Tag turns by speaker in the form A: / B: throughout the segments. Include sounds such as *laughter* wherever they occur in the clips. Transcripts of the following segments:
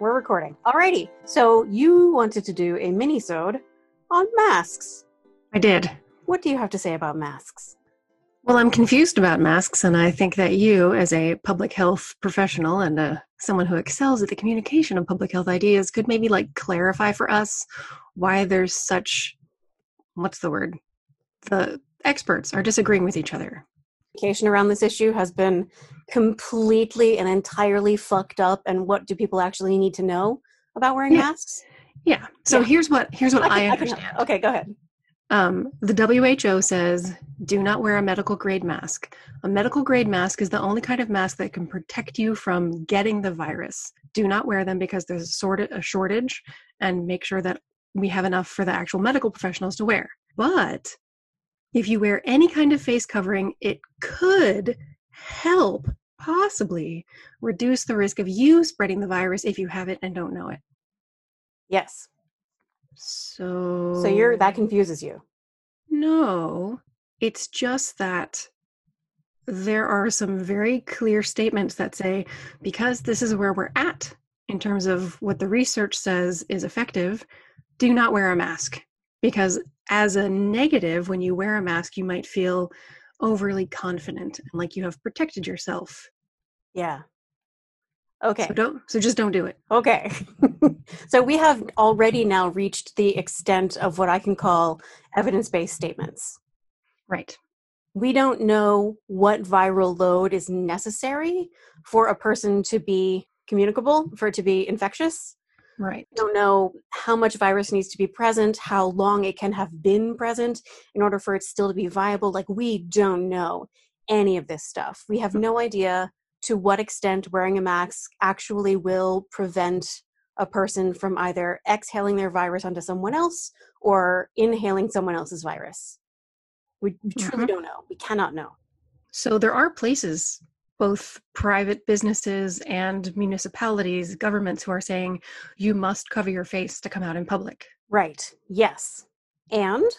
A: We're recording. Alrighty. So you wanted to do a mini-sode on masks.
B: I did.
A: What do you have to say about masks?
B: Well, I'm confused about masks, and I think that you, as a public health professional and uh, someone who excels at the communication of public health ideas, could maybe like clarify for us why there's such what's the word? The experts are disagreeing with each other.
A: Communication around this issue has been completely and entirely fucked up. And what do people actually need to know about wearing
B: Yeah.
A: masks?
B: Yeah. So
A: Yeah.
B: here's what here's what
A: I
B: *laughs* I,
A: can- I can-
B: understand.
A: Okay, go ahead.
B: Um, the WHO says do not wear a medical grade mask. A medical grade mask is the only kind of mask that can protect you from getting the virus. Do not wear them because there's a, sort a shortage and make sure that we have enough for the actual medical professionals to wear. But if you wear any kind of face covering, it could help possibly reduce the risk of you spreading the virus if you have it and don't know it.
A: Yes.
B: So
A: So you're that confuses you.
B: No, it's just that there are some very clear statements that say because this is where we're at in terms of what the research says is effective, do not wear a mask. Because as a negative, when you wear a mask, you might feel overly confident and like you have protected yourself.
A: Yeah. Okay.
B: So don't so just don't do it.
A: Okay. *laughs* so we have already now reached the extent of what I can call evidence based statements.
B: Right.
A: We don't know what viral load is necessary for a person to be communicable, for it to be infectious.
B: Right.
A: We don't know how much virus needs to be present, how long it can have been present in order for it still to be viable. Like, we don't know any of this stuff. We have no idea to what extent wearing a mask actually will prevent a person from either exhaling their virus onto someone else or inhaling someone else's virus. We we truly
B: Mhm.
A: don't know. We cannot know.
B: So there are places, both private businesses and municipalities, governments who are saying you must cover your face to come out in public.
A: Right. Yes. And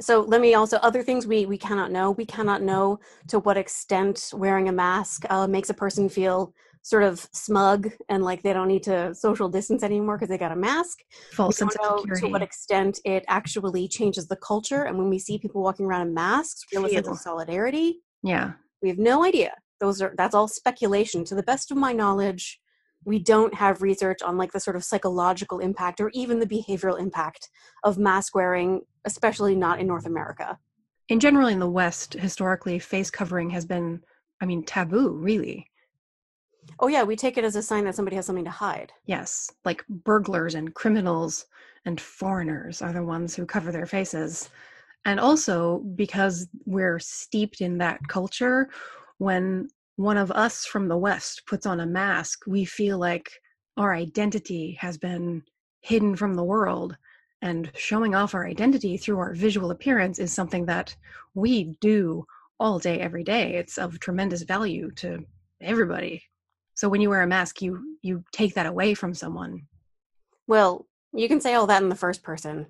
A: so let me also other things we we cannot know. We cannot know to what extent wearing a mask uh, makes a person feel sort of smug and like they don't need to social distance anymore because they got a mask.
B: False
A: We
B: sense
A: don't know
B: of
A: to what
B: security.
A: extent it actually changes the culture. And when we see people walking around in masks, feel a sense
B: Feel.
A: of solidarity.
B: Yeah.
A: We have no idea. Those are that's all speculation. To the best of my knowledge, we don't have research on like the sort of psychological impact or even the behavioral impact of mask wearing, especially not in North America.
B: In general, in the West, historically, face covering has been, I mean, taboo, really.
A: Oh yeah, we take it as a sign that somebody has something to hide.
B: Yes. Like burglars and criminals and foreigners are the ones who cover their faces. And also because we're steeped in that culture, when one of us from the West puts on a mask, we feel like our identity has been hidden from the world. And showing off our identity through our visual appearance is something that we do all day, every day. It's of tremendous value to everybody. So when you wear a mask, you you take that away from someone.
A: Well, you can say all that in the first person.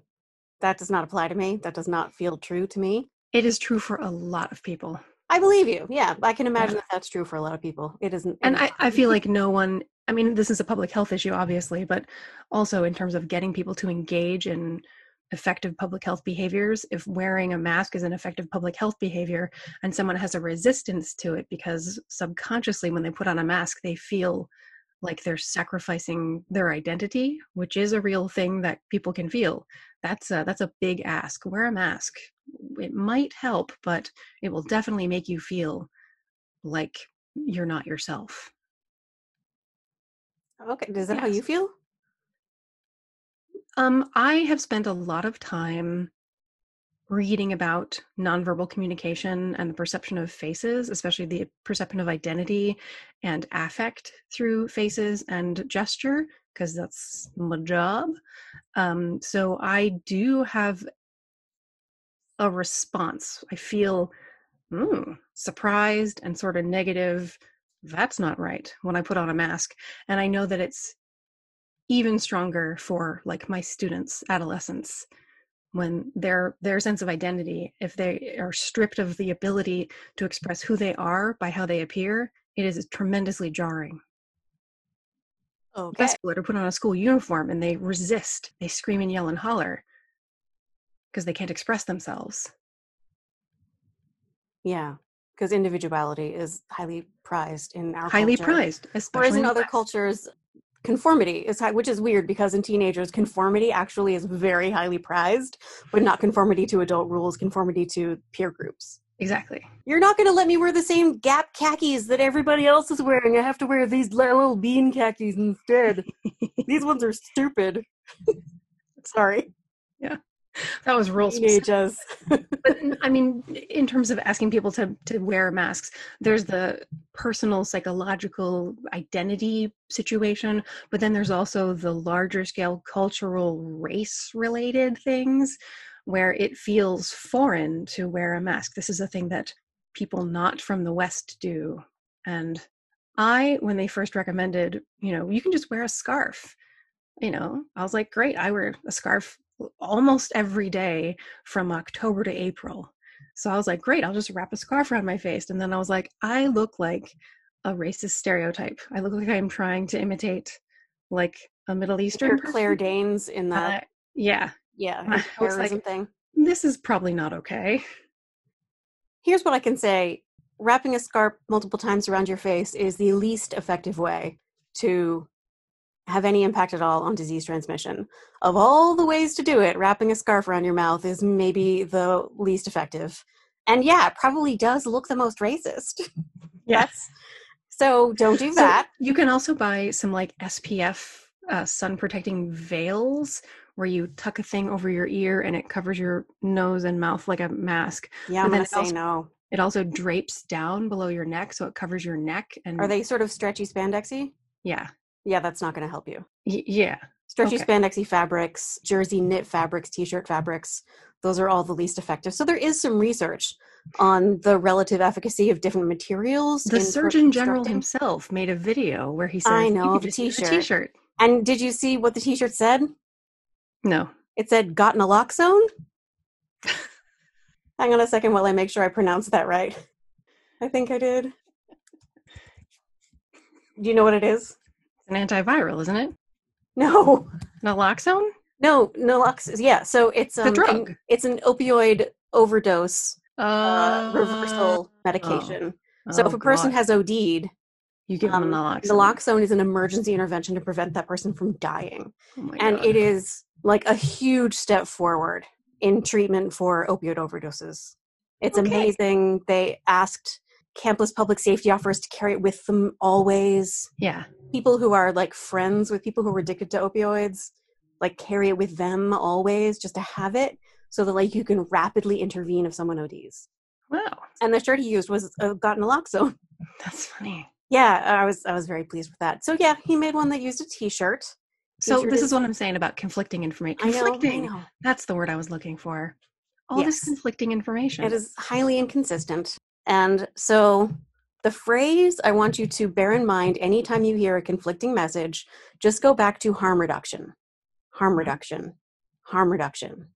A: That does not apply to me. That does not feel true to me.
B: It is true for a lot of people.
A: I believe you. Yeah, I can imagine that that's true for a lot of people. It isn't.
B: And I,
A: *laughs*
B: I feel like no one, I mean, this is a public health issue, obviously, but also in terms of getting people to engage in effective public health behaviors, if wearing a mask is an effective public health behavior and someone has a resistance to it because subconsciously when they put on a mask, they feel like they're sacrificing their identity, which is a real thing that people can feel. That's a, that's a big ask. Wear a mask. It might help, but it will definitely make you feel like you're not yourself.
A: okay. Is that how
B: Yes.
A: you feel?
B: Um, I have spent a lot of time reading about nonverbal communication and the perception of faces, especially the perception of identity and affect through faces and gesture, because that's my job. Um, so I do have a response. I feel mm, surprised and sort of negative. That's not right when I put on a mask. And I know that it's even stronger for like my students adolescents when their their sense of identity if they are stripped of the ability to express who they are by how they appear it is tremendously jarring
A: Okay.
B: Vestal are put on a school uniform and they resist. They scream and yell and holler because they can't express themselves.
A: Yeah. Because individuality is highly prized in our
B: Highly
A: culture.
B: prized, especially
A: Whereas in
B: the
A: other
B: West.
A: cultures, conformity is high, which is weird because in teenagers, conformity actually is very highly prized, but not conformity to adult rules, conformity to peer groups.
B: Exactly.
A: You're not going to let me wear the same Gap khakis that everybody else is wearing. I have to wear these li- little bean khakis instead. these ones are stupid. *laughs* Sorry,
B: That was real specific.
A: teenage us.
B: but I mean, in terms of asking people to to wear masks, there's the personal psychological identity situation, but then there's also the larger scale cultural race related things where it feels foreign to wear a mask. This is a thing that people not from the West do. And I, when they first recommended, you know, you can just wear a scarf, you know, I was like, great, I wear a scarf almost every day from October to April. So I was like, great, I'll just wrap a scarf around my face. And then I was like, I look like a racist stereotype. I look like I'm trying to imitate like a Middle Eastern.
A: You're
B: person.
A: Claire Danes in the
B: Uh, yeah,
A: yeah
B: *laughs* I
A: her
B: was like-
A: terrorism thing.
B: this is probably not okay.
A: Here's what I can say wrapping a scarf multiple times around your face is the least effective way to have any impact at all on disease transmission. Of all the ways to do it, wrapping a scarf around your mouth is maybe the least effective. And yeah, it probably does look the most racist. *laughs* Yes. so don't do
B: So
A: that.
B: you can also buy some like SPF uh, sun protecting veils where you tuck a thing over your ear and it covers your nose and mouth like a mask.
A: yeah, I'm
B: but then
A: going to
B: it
A: say
B: also-
A: no.
B: It also drapes down below your neck so it covers your neck and
A: Are they sort of stretchy spandexy?
B: yeah.
A: Yeah, that's not going to help you.
B: Y- yeah.
A: stretchy
B: Okay.
A: spandexy fabrics, jersey knit fabrics, t-shirt fabrics. Those are all the least effective. So there is some research on the relative efficacy of different materials.
B: The
A: in
B: Surgeon General
A: constructing-
B: himself made a video where he says,
A: I know,
B: "You can
A: of a
B: just use a
A: t-shirt."
B: t-shirt.
A: And did you see what the t-shirt said?
B: No.
A: It said "Got
B: *laughs*
A: naloxone." Hang on a second while I make sure I pronounce that right. I think I did. Do you know what it is?
B: It's an antiviral, isn't it?
A: No, *laughs*
B: Naloxone?
A: no, naloxone. Yeah, so it's
B: The
A: um, an-
B: drug.
A: it's an opioid overdose uh, reversal medication. So if
B: oh,
A: a person
B: God.
A: has OD'd,
B: you give them
A: um,
B: naloxone.
A: naloxone is an emergency intervention to prevent that person from dying.
B: Oh my
A: And
B: God.
A: it is like a huge step forward in treatment for opioid overdoses. It's
B: Okay.
A: amazing. They asked campus public safety officers to carry it with them always.
B: yeah.
A: People who are like friends with people who are addicted to opioids, like carry it with them always just to have it so that like you can rapidly intervene if someone ODs.
B: Wow.
A: And the shirt he used was uh, got naloxone
B: That's funny.
A: yeah i was i was very pleased with that so yeah he made one that used a t-shirt
B: So
A: T-shirt
B: this
A: is-
B: is what I'm saying about conflicting information.
A: I know, I
B: Conflicting.
A: know.
B: That's the word I was looking for. All this
A: Yes.
B: conflicting information.
A: it is highly inconsistent and so the phrase i want you to bear in mind anytime you hear a conflicting message just go back to harm reduction harm reduction harm reduction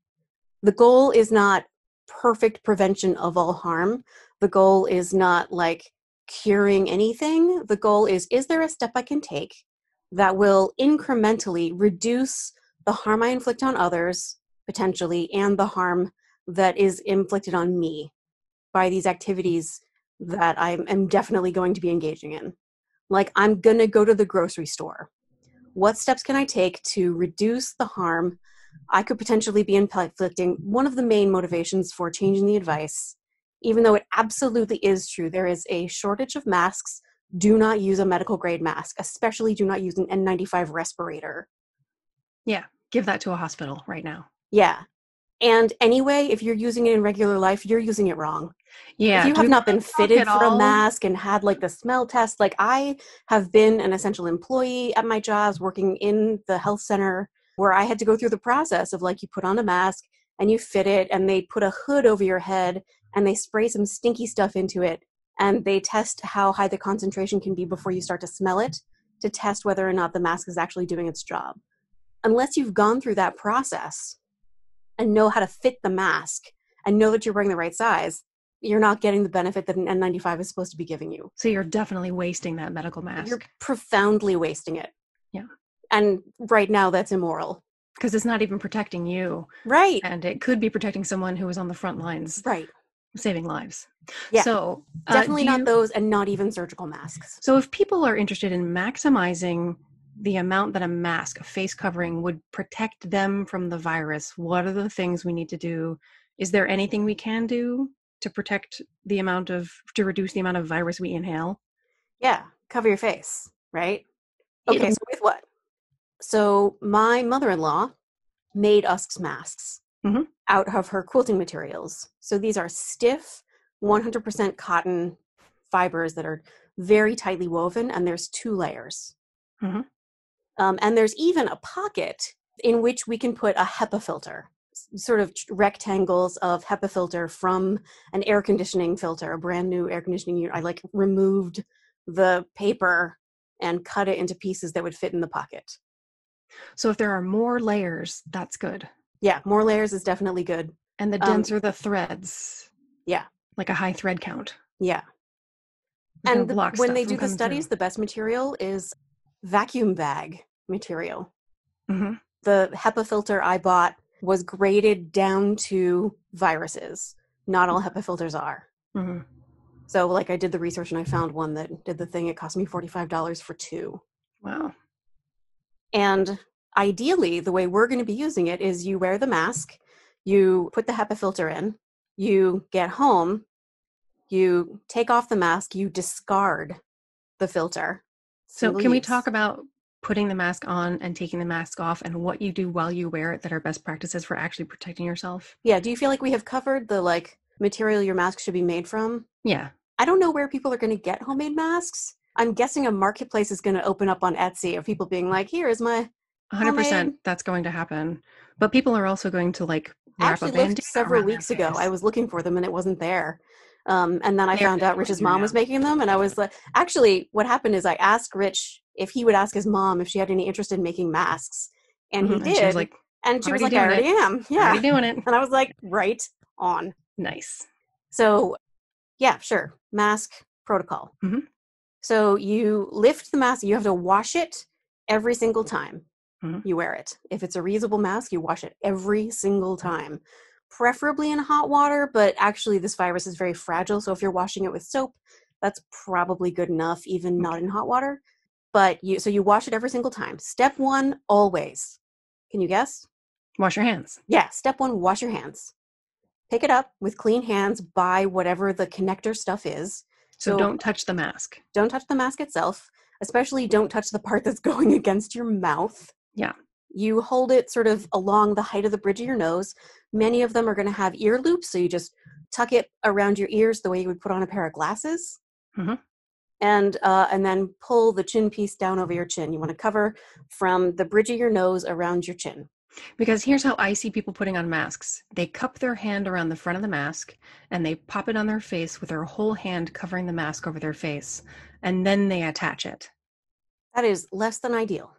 A: the goal is not perfect prevention of all harm the goal is not like curing anything the goal is is there a step i can take that will incrementally reduce the harm i inflict on others potentially and the harm that is inflicted on me by these activities that i am definitely going to be engaging in like i'm going to go to the grocery store what steps can i take to reduce the harm i could potentially be inflicting one of the main motivations for changing the advice even though it absolutely is true there is a shortage of masks do not use a medical grade mask especially do not use an n95 respirator
B: Give that to a hospital right now.
A: yeah and anyway if you're using it in regular life you're using it wrong
B: Yeah.
A: if you
B: do
A: have
B: we
A: not been
B: wanna talk
A: fitted
B: at
A: for a
B: all?
A: mask and had like the smell test, like I have been an essential employee at my jobs working in the health center where I had to go through the process of like you put on a mask and you fit it and they put a hood over your head and they spray some stinky stuff into it and they test how high the concentration can be before you start to smell it to test whether or not the mask is actually doing its job. Unless you've gone through that process and know how to fit the mask and know that you're wearing the right size, you're not getting the benefit that an N95 is supposed to be giving you.
B: So you're definitely wasting that medical mask.
A: You're profoundly wasting it.
B: Yeah.
A: And right now, that's immoral.
B: because it's not even protecting you
A: Right.
B: and it could be protecting someone who was on the front lines
A: Right.
B: saving lives
A: Yeah.
B: so uh,
A: Definitely
B: do
A: not
B: you-
A: those and not even surgical masks.
B: so if people are interested in maximizing the amount that a mask a face covering would protect them from the virus what are the things we need to do is there anything we can do to protect the amount of to reduce the amount of virus we inhale
A: Yeah. Cover your face. Right.
B: Yeah.
A: Okay. So with what? So my mother-in-law made us masks
B: Mhm.
A: out of her quilting materials. So these are stiff, 100% cotton fibers that are very tightly woven, and there's two layers.
B: Mhm.
A: Um, and there's even a pocket in which we can put a HEPA filter, s- sort of rectangles of HEPA filter from an air conditioning filter, a brand new air conditioning unit. I like removed the paper and cut it into pieces that would fit in the pocket.
B: so if there are more layers that's good
A: Yeah, more layers is definitely good.
B: and the
A: Um,
B: denser the threads
A: yeah.
B: like a high thread count
A: Yeah.
B: Kinda
A: And the-
B: blocks
A: when
B: stuff
A: they
B: from
A: do the
B: coming
A: studies, the best material is vacuum bag material.
B: through. Mhm.
A: The HEPA filter I bought was graded down to viruses. Not all HEPA filters are.
B: hmm
A: So, like, I did the research and I found one that did the thing. It cost me $45 for two.
B: Wow.
A: And ideally, the way we're going to be using it is you wear the mask, you put the HEPA filter in, you get home, you take off the mask, you discard the filter.
B: So,
A: Single
B: can we
A: use.
B: talk about putting the mask on and taking the mask off and what you do while you wear it that are best practices for actually protecting yourself?
A: Yeah, do you feel like we have covered the like material your mask should be made from?
B: Yeah.
A: I don't know where people are going to get homemade masks. I'm guessing a marketplace is going to open up on Etsy of people being like, "Here is my."
B: 100%
A: Homemade.
B: that's going to happen. But people are also going to like
A: I
B: wrap
A: actually
B: a
A: looked
B: band
A: several weeks ago. I was looking for them and it wasn't there. Um, and then I
B: They're
A: found out Rich's
B: everywhere
A: mom was
B: now.
A: making them, and I was like, actually, what happened is I asked Rich if he would ask his mom if she had any interest in making masks, and he
B: Mhm.
A: did.
B: she was like,
A: and she was
B: "Already
A: like, "I
B: doing
A: already
B: it.
A: am." *laughs* Yeah,
B: already doing it.
A: and I was like, "Right on."
B: Nice.
A: So, yeah, sure. Mask protocol.
B: Mhm.
A: So you lift the mask, you have to wash it every single time
B: Mhm.
A: you wear it. If it's a reusable mask, you wash it every single time, preferably in hot water, but actually, this virus is very fragile. So if you're washing it with soap, that's probably good enough, even not in hot water. But you, so you wash it every single time. Step one, always. Can you guess?
B: Wash your hands.
A: Yeah, step one wash your hands. Pick it up with clean hands by whatever the connector stuff is.
B: So,
A: So-
B: don't touch the mask.
A: Don't touch the mask itself, especially don't touch the part that's *laughs* going against your mouth.
B: Yeah.
A: You hold it sort of along the height of the bridge of your nose. Many of them are going to have ear loops, so you just tuck it around your ears the way you would put on a pair of glasses.
B: Mhm.
A: And uh, and then pull the chin piece down over your chin. You want to cover from the bridge of your nose around your chin.
B: Because here's how I see people putting on masks. They cup their hand around the front of the mask and they pop it on their face with their whole hand covering the mask over their face. And then they attach it.
A: That is less than ideal.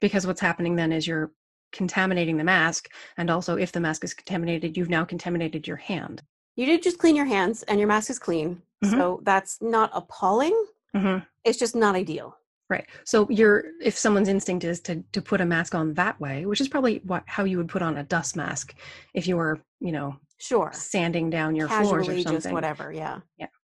B: Because what's happening then is you're contaminating the mask. And also, if the mask is contaminated, you've now contaminated your hand.
A: You did just clean your hands and your mask is clean.
B: Mhm.
A: So that's not appalling.
B: Mm-hmm.
A: It's just not ideal.
B: Right. So you're, if someone's instinct is to, to put a mask on that way, which is probably what, how you would put on a dust mask if you were, you know,
A: Sure.
B: sanding down your floors or
A: Casually, just
B: something.
A: whatever. Yeah.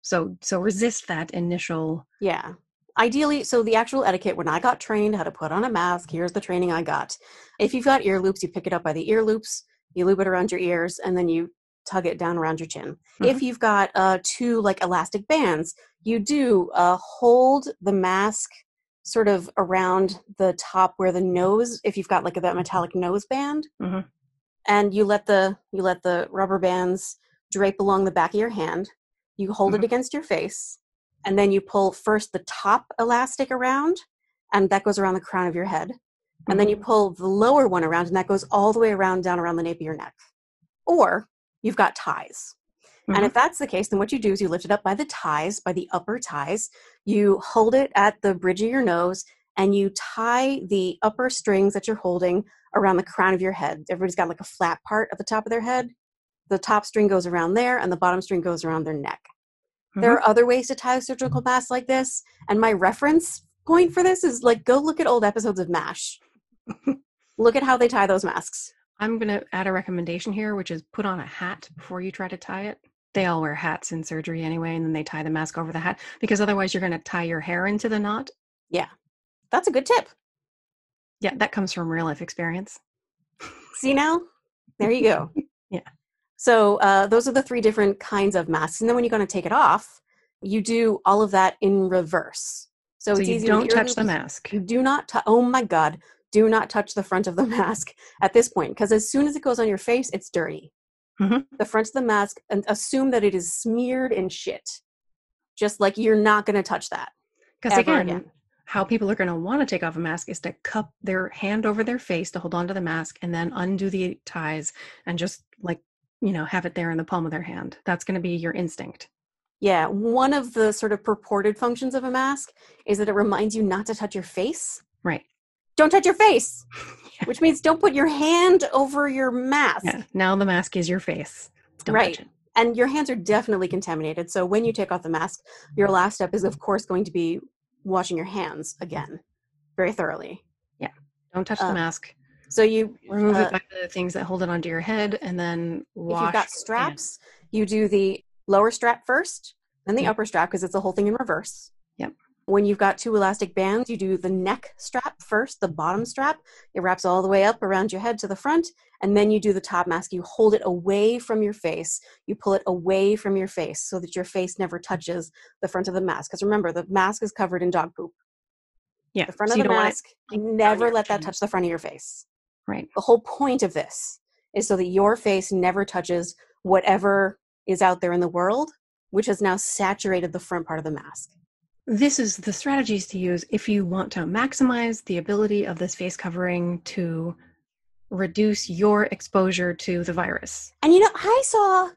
B: So, so resist that initial
A: Yeah. Ideally, so the actual etiquette when I got trained how to put on a mask, here's the training I got. If you've got ear loops, you pick it up by the ear loops, you loop it around your ears, and then you tug it down around your chin. If you've got uh, two like elastic bands, you do uh, hold the mask sort of around the top where the nose, if you've got like that metallic nose band,
B: Mhm.
A: and you let the you let the rubber bands drape along the back of your hand. You hold
B: Mhm.
A: it against your face, and then you pull first the top elastic around, and that goes around the crown of your head. And then you pull the lower one around, and that goes all the way around down around the nape of your neck. Or you've got ties. And
B: Mhm.
A: if that's the case, then what you do is you lift it up by the ties, by the upper ties. You hold it at the bridge of your nose, and you tie the upper strings that you're holding around the crown of your head. Everybody's got like a flat part at the top of their head. The top string goes around there, and the bottom string
B: Mm-hmm.
A: goes around their neck. There are other ways to tie a surgical mask like this, and my reference point for this is like go look at old episodes of
B: *laughs*
A: MASH. look at how they tie those masks.
B: I'm going to add a recommendation here, which is put on a hat before you try to tie it. They all wear hats in surgery anyway, and then they tie the mask over the hat because otherwise you're going to tie your hair into the knot.
A: Yeah. That's a good tip.
B: Yeah, that comes from real life experience.
A: See now? There you go.
B: *laughs* Yeah.
A: So uh, those are the three different kinds of masks. And then when you're going to take it off, you do all of that in reverse. So,
B: So
A: it's
B: you
A: easy
B: don't
A: to
B: touch the mask.
A: You do not tou- oh my god, do not touch the front of the *laughs* mask at this point because as soon as it goes on your face, it's dirty.
B: Mhm.
A: The front of the mask and assume that it is smeared in shit. Just like you're not going to touch that.
B: Because
A: ever
B: again, how people are going to want to take off a mask is to cup their hand over their face to hold onto the mask and then undo the ties and just like, you know, have it there in the palm of their hand. That's going to be your instinct.
A: Yeah, one of the sort of purported functions of a mask is that it reminds you not to touch your face.
B: Right.
A: Don't touch your face,
B: *laughs* Yeah.
A: which means don't put your hand over your mask.
B: Yeah. Now the mask is your face. Don't
A: Right.
B: touch it.
A: And your hands are definitely contaminated. So when you take off the mask, your last step is, of course, going to be washing your hands again very thoroughly.
B: Don't touch
A: Uh,
B: the mask.
A: So you,
B: Remove
A: uh,
B: it by the things that hold it onto your head and then
A: if
B: wash.
A: you've
B: your
A: got
B: hands.
A: straps, you do the lower strap first, then the
B: Yep.
A: upper strap because it's the whole thing in reverse.
B: Yep.
A: When you've got two elastic bands, you do the neck strap first, the bottom strap. It wraps all the way up around your head to the front, and then you do the top mask. You hold it away from your face. You pull it away from your face so that your face never touches the front of the mask. Because remember, the mask is covered in dog poop.
B: Yeah.
A: The front
B: so
A: of
B: you
A: the
B: don't want it-
A: mask,
B: like, down
A: never
B: your
A: let that
B: chin.
A: touch the front of your face
B: Right.
A: the whole point of this is so that your face never touches whatever is out there in the world which has now saturated the front part of the mask
B: this is the strategies to use if you want to maximize the ability of this face covering to reduce your exposure to the virus.
A: and you know i saw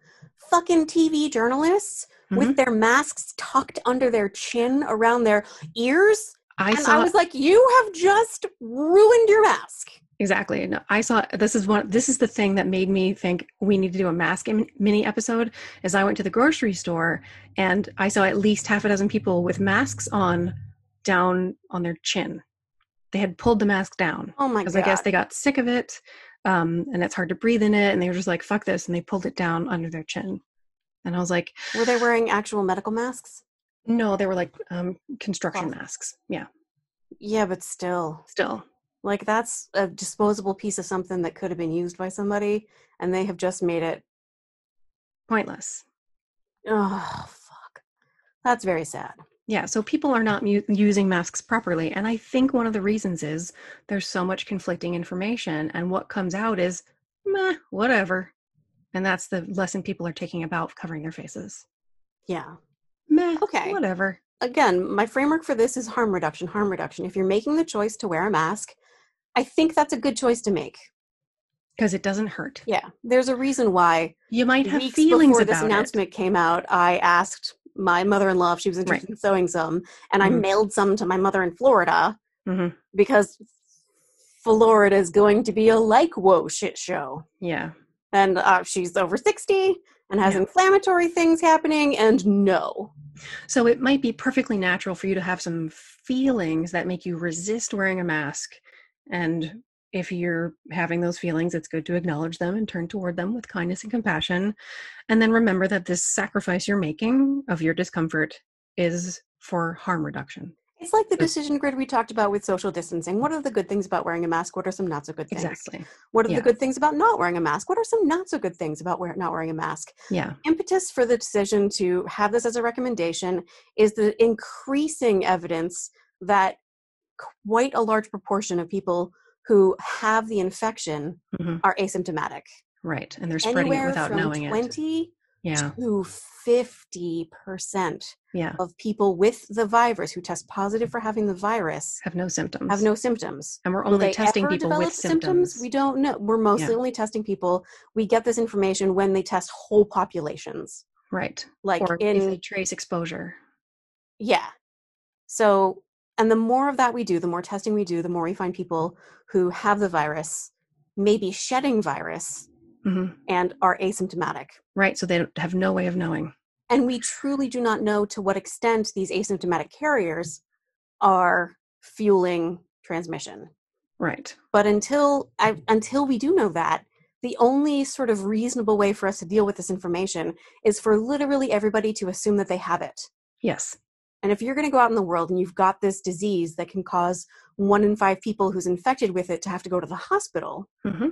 A: fucking tv journalists
B: Mm-hmm.
A: with their masks tucked under their chin around their ears
B: I
A: and i
B: saw
A: was like you have just ruined your mask
B: exactly. No, I saw this is one this is the thing that made me think we need to do a mask im- mini episode is I went to the grocery store and I saw at least half a dozen people with masks on down on their chin. They had pulled the mask down.
A: oh my
B: because
A: god
B: I guess they got sick of it, um, and it's hard to breathe in it, and they were just like, "Fuck this," and they pulled it down under their chin. And I was like,
A: were they wearing actual medical masks
B: "No, they were like um, construction
A: Cloth.
B: masks." Yeah,
A: yeah but still
B: still,
A: Like that's a disposable piece of something that could have been used by somebody, and they have just made it.
B: pointless.
A: Oh fuck, that's very sad.
B: Yeah, so people are not mu- using masks properly, and I think one of the reasons is there's so much conflicting information, and what comes out is, meh, whatever, and that's the lesson people are taking about covering their faces.
A: Yeah.
B: Meh,
A: Okay.
B: whatever.
A: Again, my framework for this is harm reduction. Harm reduction. If you're making the choice to wear a mask, I think that's a good choice to make.
B: Because it doesn't hurt.
A: Yeah. There's a reason why
B: You might have
A: weeks
B: feelings
A: before
B: about
A: this
B: it.
A: announcement came out, I asked my mother-in-law if she was interested in sewing some, and I
B: Mhm.
A: mailed some to my mother in Florida
B: Mhm.
A: because Florida is going to be a like whoa shit show.
B: Yeah.
A: and uh, she's over 60 and has
B: Yeah.
A: inflammatory things happening and no
B: So it might be perfectly natural for you to have some feelings that make you resist wearing a mask. And if you're having those feelings, it's good to acknowledge them and turn toward them with kindness and compassion. And then remember that this sacrifice you're making of your discomfort is for harm reduction.
A: it's like the
B: But-
A: decision grid we talked about with social distancing what are the good things about wearing a mask what are some not so good things
B: Exactly.
A: what are
B: yeah.
A: the good things about not wearing a mask what are some not so good things about wear- not wearing a mask
B: Yeah.
A: impetus for the decision to have this as a recommendation is the increasing evidence that quite a large proportion of people who have the infection
B: Mhm.
A: are asymptomatic
B: Right. And they're spreading it
A: anywhere
B: without
A: from
B: knowing it.
A: 20
B: Yeah.
A: to 50%
B: Yeah.
A: of people with the virus who test positive for having the virus
B: Have no symptoms.
A: have no symptoms.
B: and we're
A: Will
B: only
A: they
B: testing
A: ever
B: people
A: develop
B: with symptoms.
A: We don't know. We're mostly only testing people. We get this information when they test whole populations.
B: Right.
A: Like
B: or if
A: in
B: they trace exposure.
A: yeah. So and the more of that we do, the more testing we do, the more we find people who have the virus, maybe shedding virus
B: hmm
A: and are asymptomatic.
B: Right. So they don't have no way of knowing.
A: And we truly do not know to what extent these asymptomatic carriers are fueling transmission.
B: Right.
A: But until I, until we do know that, the only sort of reasonable way for us to deal with this information is for literally everybody to assume that they have it.
B: Yes.
A: And if you're going to go out in the world and you've got this disease that can cause one in five people who's infected with it to have to go to the hospital,
B: hmm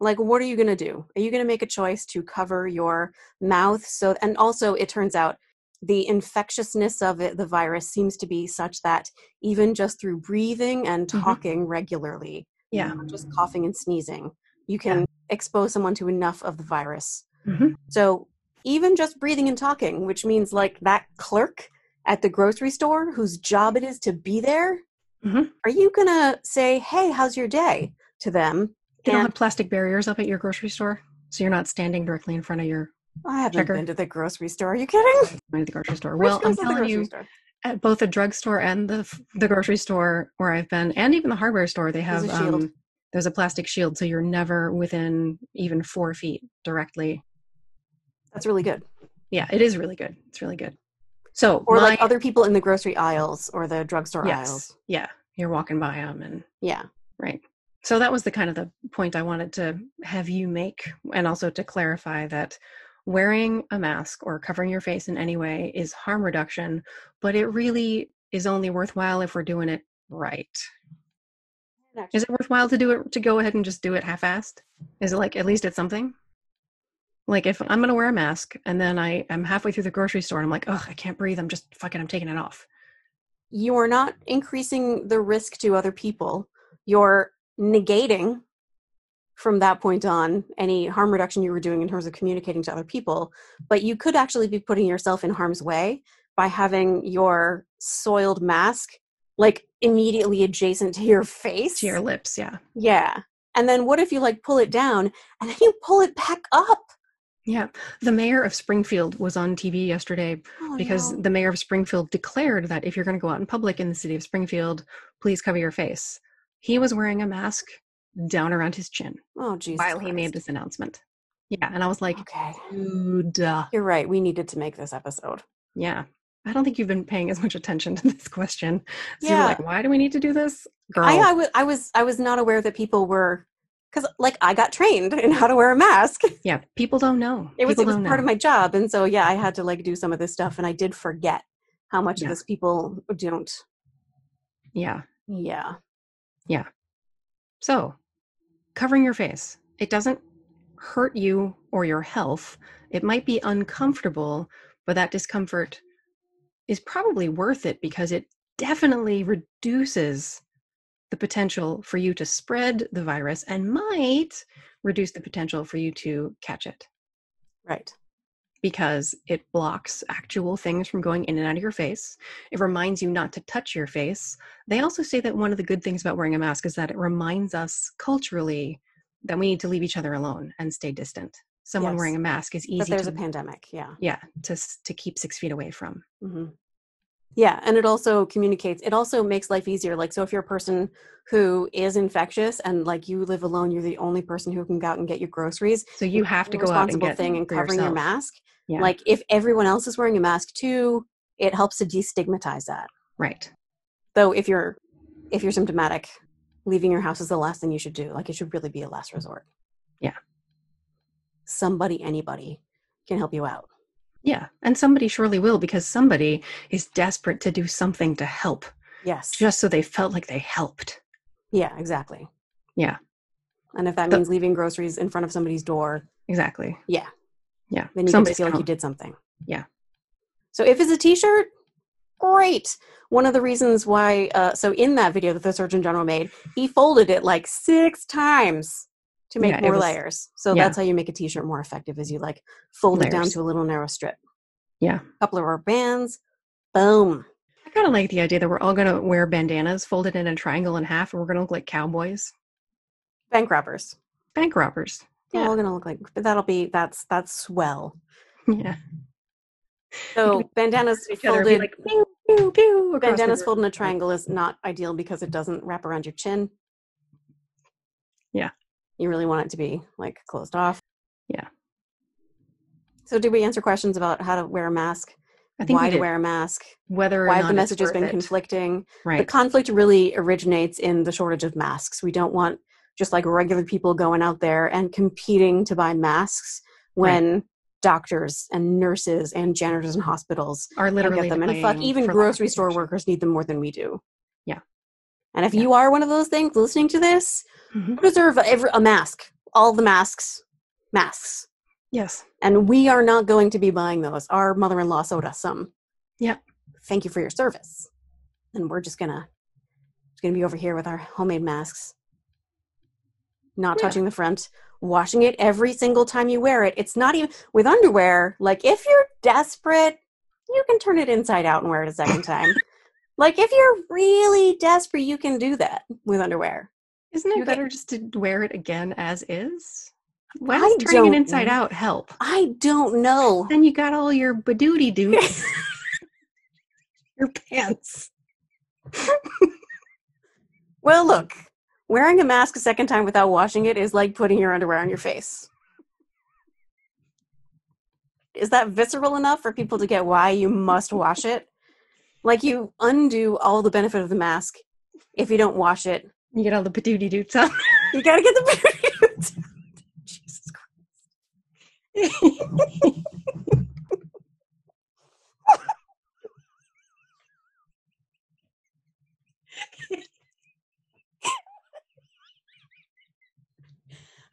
A: like what are you going to do? Are you going to make a choice to cover your mouth? So, and also it turns out the infectiousness of it, the virus seems to be such that even just through breathing and
B: Mhm.
A: talking regularly,
B: Yeah.
A: not just coughing and sneezing, you can expose someone to enough of the virus
B: hmm
A: so even just breathing and talking, which means like that clerk at the grocery store whose job it is to be there,
B: Mhm.
A: are you going to say, hey, how's your day to them?
B: They don't
A: And
B: have plastic barriers up at your grocery store, so you're not standing directly in front of your
A: *laughs* I haven't
B: Checker.
A: been to the grocery store. Are you kidding? *laughs*
B: at the grocery store.
A: Who
B: Well, I'm
A: goes to the
B: telling
A: grocery
B: you,
A: store?
B: at both the drugstore and the f- the grocery store where I've been, and even the hardware store, they
A: There's
B: have
A: a shield.
B: um, there's a plastic shield, so you're never within even four feet directly.
A: That's really good.
B: Yeah, it is really good. It's really good. So
A: Or
B: my,
A: like other people in the grocery aisles or the drugstore
B: yes,
A: aisles.
B: yeah, you're walking by them, and
A: Yeah.
B: right. So that was the kind of the point I wanted to have you make, and also to clarify that wearing a mask or covering your face in any way is harm reduction, but it really is only worthwhile if we're doing it right. Is it worthwhile to do it to go ahead and just do it half-assed? Is it like at least it's something? Like if I'm gonna wear a mask and then I am halfway through the grocery store and I'm like, oh, I can't breathe. I'm just fucking. I'm taking it off.
A: You are not increasing the risk to other people. You're negating from that point on any harm reduction you were doing in terms of communicating to other people but you could actually be putting yourself in harm's way by having your soiled mask like immediately adjacent to your face
B: To your lips, yeah,
A: yeah and then what if you like pull it down and then you pull it back up
B: yeah. The mayor of Springfield was on TV yesterday
A: oh,
B: because
A: no.
B: the mayor of Springfield declared that if you're gonna go out in public in the city of Springfield, please cover your face. He was wearing a mask down around his chin
A: oh jesus
B: while he made
A: Christ.
B: this announcement. Yeah, and I was like,
A: okay
B: dude.
A: you're right we needed to make this episode
B: Yeah. I don't think you've been paying as much attention to this question. So you're like, why do we need to do this? Girl.
A: I, I, was, I was i was not aware that people were because like i got trained *laughs* in how to wear a mask
B: yeah. People don't know.
A: it was,
B: people
A: it was
B: don't
A: part
B: know.
A: of my job and so yeah i had to like do some of this stuff and i did forget how much
B: Yeah.
A: of this people don't
B: yeah.
A: yeah
B: So covering your face. It doesn't hurt you or your health. It might be uncomfortable, but that discomfort is probably worth it because it definitely reduces the potential for you to spread the virus and might reduce the potential for you to catch it.
A: right
B: because it blocks actual things from going in and out of your face. It reminds you not to touch your face. They also say that one of the good things about wearing a mask is that it reminds us culturally that we need to leave each other alone and stay distant. Someone
A: Yes.
B: wearing a mask is
A: but
B: easy
A: there's
B: to,
A: a pandemic yeah
B: yeah, to s- to keep 6 feet away from.
A: hmm yeah and it also communicates it also makes life easier like so if you're a person who is infectious and like you live alone you're the only person who can go out and get your groceries
B: So you have to
A: the
B: go out and
A: responsible
B: get
A: thing and
B: for
A: covering your
B: yourself.
A: mask
B: Yeah.
A: like if everyone else is wearing a mask too it helps to destigmatize that
B: Right.
A: though if you're if you're symptomatic leaving your house is the last thing you should do like it should really be a last resort
B: Yeah.
A: somebody anybody can help you out
B: Yeah. And somebody surely will because somebody is desperate to do something to help
A: yes
B: just so they felt like they helped.
A: yeah exactly
B: Yeah.
A: and if that
B: The-
A: means leaving groceries in front of somebody's door
B: Exactly.
A: yeah
B: Yeah.
A: then you
B: Somebody's
A: get to feel like
B: count-
A: you did something
B: Yeah.
A: so if it's a t-shirt great one of the reasons why uh, so in that video that the surgeon general made he folded it like six times to make
B: Yeah, it
A: more
B: was-
A: layers so
B: yeah.
A: that's how you make a t-shirt more effective is you like fold it down
B: Layers.
A: to a little narrow strip
B: Yeah.
A: couple of rubber bands boom
B: I kind of like the idea that we're all going to wear bandanas folded in a triangle in half and we're going to look like cowboys,
A: bank robbers
B: bank robbers. *laughs*
A: they're
B: Yeah.
A: all gonna look like but that'll be that's that's swell
B: Yeah.
A: so bandanas
B: Each other be
A: folded
B: like pew, pew, pew across the
A: bandanas
B: room.
A: folded in a triangle is not ideal because it doesn't wrap around your chin
B: Yeah.
A: you really want it to be like closed off
B: Yeah.
A: so did we answer questions about how to wear a mask
B: I think
A: why
B: we
A: to
B: did.
A: wear a mask,
B: whether or
A: why
B: not
A: the
B: it's
A: message has
B: worth
A: been
B: it.
A: conflicting. The
B: Right.
A: conflict really originates in the shortage of masks. We don't want just like regular people going out there and competing to buy masks when doctors and nurses and janitors in hospitals
B: Are
A: can
B: literally
A: get them. And fuck,
B: playing
A: even
B: for lack
A: grocery
B: of
A: store
B: protection.
A: workers need them more than we do.
B: Yeah.
A: And if
B: Yeah.
A: you are one of those things listening to this,
B: Mhm.
A: you deserve every, a mask. All the masks, masks.
B: Yes.
A: And we are not going to be buying those. Our mother in law sold us some.
B: Yeah.
A: Thank you for your service. And we're just gonna just gonna be over here with our homemade masks. Not
B: Yeah.
A: touching the front, washing it every single time you wear it. It's not even with underwear, like if you're desperate, you can turn it inside out and wear it a second time. like if you're really desperate, you can do that with underwear.
B: Isn't
A: You
B: it
A: get-
B: better just to wear it again as is? Why
A: I
B: does turning
A: don't-
B: it inside out help?
A: I don't
B: *laughs*
A: know.
B: Then you got all your badooty dudes. your *laughs* pants.
A: Well, look, wearing a mask a second time without washing it is like putting your underwear on your face. Is that visceral enough for people to get why you must wash it? Like, you undo all the benefit of the mask if you don't wash it.
B: You get all the badooty dudes
A: *laughs*
B: on.
A: You gotta get the *laughs* beauty. Jesus Christ. *laughs*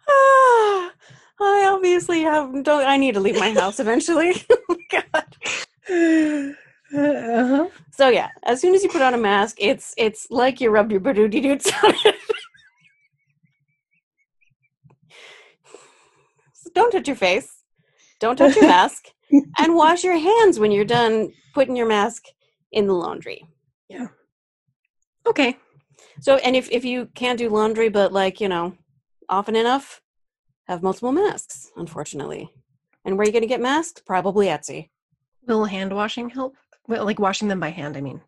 A: Ah, I obviously have. Don't. I need to leave my house eventually. *laughs* oh, God.
B: uh-huh.
A: So yeah, as soon as you put on a mask, it's it's like you rubbed your badooty dudes on it. *laughs* so don't touch your face. Don't touch your mask. And wash your hands when you're done putting your mask in the laundry.
B: Okay.
A: So and if, if you can't do laundry but like, you know, often enough, have multiple masks, unfortunately. And where are you gonna get masks? Probably Etsy.
B: Will hand washing help? Well, like washing them by hand, I mean.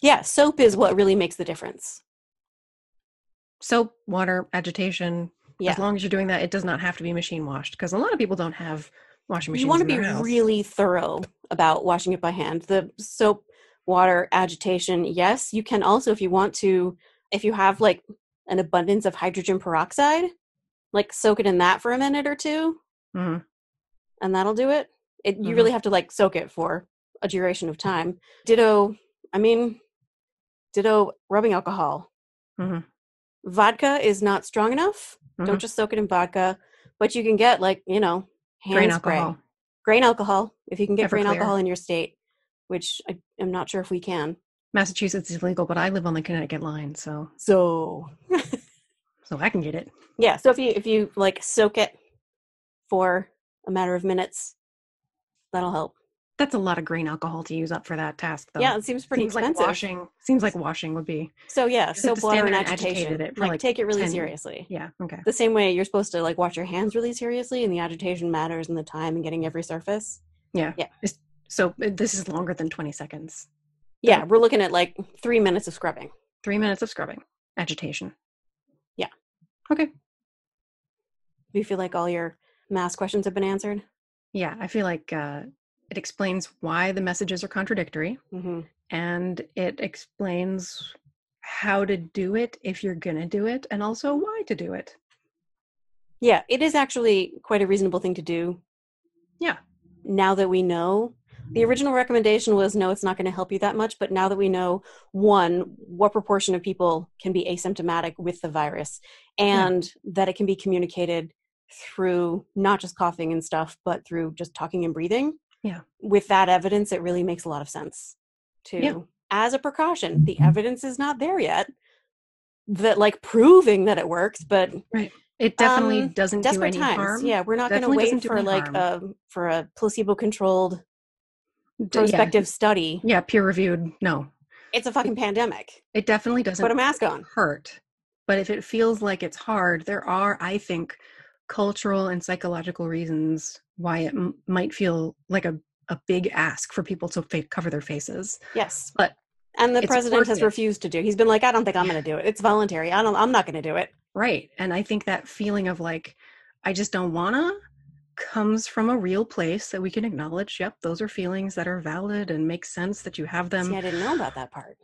A: Yeah, soap is what really makes the difference.
B: Soap, water, agitation.
A: Yeah.
B: As long as you're doing that, it does not have to be machine washed because a lot of people don't have washing machines.
A: you want to
B: in
A: be
B: their house.
A: really thorough about washing it by hand the soap water agitation yes you can also if you want to if you have like an abundance of hydrogen peroxide like soak it in that for a minute or two
B: Mhm.
A: and that'll do it, it you
B: Mhm.
A: really have to like soak it for a duration of time ditto i mean ditto rubbing alcohol
B: Mhm.
A: vodka is not strong enough don't
B: Mhm.
A: just soak it in vodka but you can get like you know hand
B: Grain
A: spray
B: alcohol.
A: grain alcohol if you can get grain
B: Everclear.
A: alcohol in your state which i am not sure if we can
B: Massachusetts is illegal, but I live on the Connecticut line, so
A: so
B: so I can get it.
A: yeah so if you if you like soak it for a matter of minutes that'll help
B: That's a lot of grain alcohol to use up for that task, though.
A: yeah it seems pretty
B: seems
A: expensive
B: like washing. Seems like washing would be.
A: so yeah
B: just
A: soap
B: have to
A: water
B: stand
A: and
B: there and agitate
A: agitation
B: it for,
A: like,
B: like,
A: take it really
B: 10
A: seriously
B: Yeah. Okay.
A: the same way you're supposed to like wash your hands really seriously and the agitation matters and the time and getting every surface
B: Yeah.
A: Yeah.
B: It's- so uh, this is longer than 20 seconds.
A: yeah we're looking at like three minutes of scrubbing
B: Three minutes of scrubbing. Agitation.
A: Yeah.
B: Okay.
A: do you feel like all your mass questions have been answered
B: Yeah. I feel like uh, it explains why the messages are contradictory,
A: mm-hmm.
B: and it explains how to do it if you're gonna do it, and also why to do it.
A: Yeah, it is actually quite a reasonable thing to do.
B: Yeah.
A: Now that we know, the original recommendation was no, it's not going to help you that much. But now that we know, one, what proportion of people can be asymptomatic with the virus
B: Yeah.
A: and that it can be communicated through not just coughing and stuff, but through just talking and breathing.
B: Yeah.
A: With that evidence, it really makes a lot of sense to,
B: Yeah.
A: as a precaution, the evidence is not there yet that like proving that it works, but
B: It definitely
A: Um,
B: doesn't do
A: desperate
B: any
A: times.
B: harm.
A: Yeah, we're not going to
B: Definitely
A: wait
B: doesn't do
A: for
B: any
A: like a for a placebo-controlled
B: D- yeah.
A: prospective study.
B: yeah peer reviewed. No,
A: It's a fucking pandemic.
B: It definitely doesn't
A: Put a mask on.
B: hurt. But if it feels like it's hard, there are, I think, cultural and psychological reasons why it m- might feel like a, a big ask for people to fa- cover their faces.
A: Yes,
B: But
A: and the
B: it's
A: president
B: worth
A: has
B: it.
A: refused to do. He's been like, I don't think I'm going to do it. It's voluntary. I don't. I'm not going to do it.
B: Right. And I think that feeling of like, I just don't wanna comes from a real place that we can acknowledge yep those are feelings that are valid and make sense that you have them
A: See, I didn't know about that part.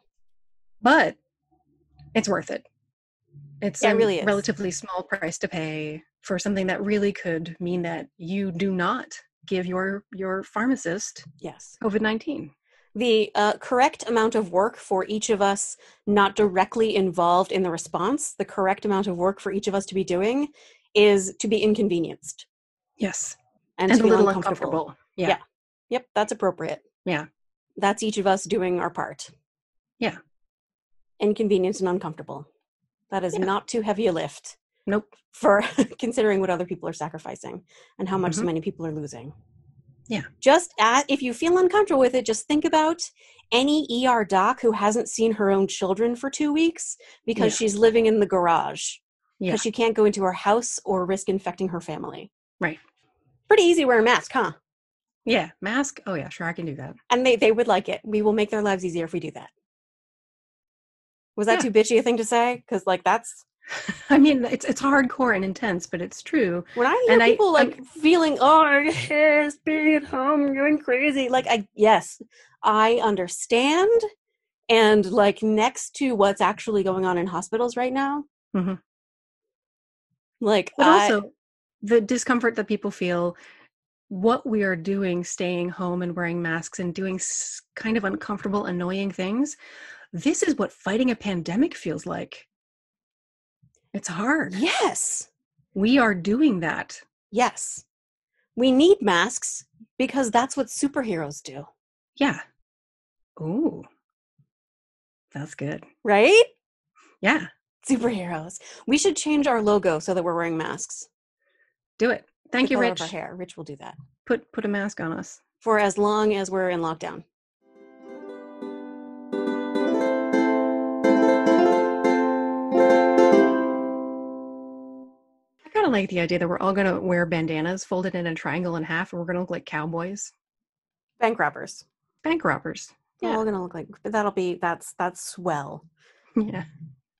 B: but it's worth it it's
A: Yeah, it
B: a
A: really is.
B: relatively small price to pay for something that really could mean that you do not give your your pharmacist
A: Yes.
B: covid-19
A: The uh, correct amount of work for each of us not directly involved in the response, the correct amount of work for each of us to be doing is to be inconvenienced
B: yes
A: and,
B: and,
A: to
B: a
A: be
B: little
A: uncomfortable.
B: uncomfortable yeah
A: Yeah. Yep, that's appropriate.
B: Yeah.
A: That's each of us doing our part.
B: Yeah.
A: Inconvenienced and uncomfortable. That is
B: Yeah.
A: not too heavy a lift
B: nope
A: for *laughs* considering what other people are sacrificing and how much so
B: Mhm.
A: many people are losing.
B: Yeah.
A: Just at, if you feel uncomfortable with it, just think about any ER doc who hasn't seen her own children for two weeks because
B: Yeah.
A: she's living in the garage
B: yeah
A: because she can't go into her house or risk infecting her family.
B: Right.
A: Pretty easy wearing a mask, huh?
B: yeah mask oh yeah sure i can do that *laughs*
A: And they, they would like it. We will make their lives easier if we do that. Was that too
B: Yeah.
A: bitchy a thing to say? Because like that's
B: i mean it's it's hardcore and intense but it's true
A: when I hear
B: And I-
A: people
B: I'm-
A: like feeling, oh, I just being at home, going crazy. Like, I yes, I understand, and like next to what's actually going on in hospitals right now,
B: Mhm.
A: like,
B: but
A: I-
B: also the discomfort that people feel what we are doing staying home and wearing masks and doing s- kind of uncomfortable annoying things this is what fighting a pandemic feels like it's hard
A: yes,
B: we are doing that
A: yes, we need masks because that's what superheroes do,
B: yeah ooh that's good
A: right?
B: yeah
A: Superheroes. We should change our logo so that we're wearing masks.
B: do it thank
A: The
B: you
A: color
B: rich
A: of our hair. Rich will do that
B: put put a mask on us
A: for as long as we're in lockdown.
B: i kind of like the idea that we're all going to wear bandanas folded in a triangle in half and we're going to look like cowboys
A: Bank robbers.
B: bank robbers *laughs*
A: We're
B: Yeah.
A: all gonna look like but that'll be that's that's swell.
B: yeah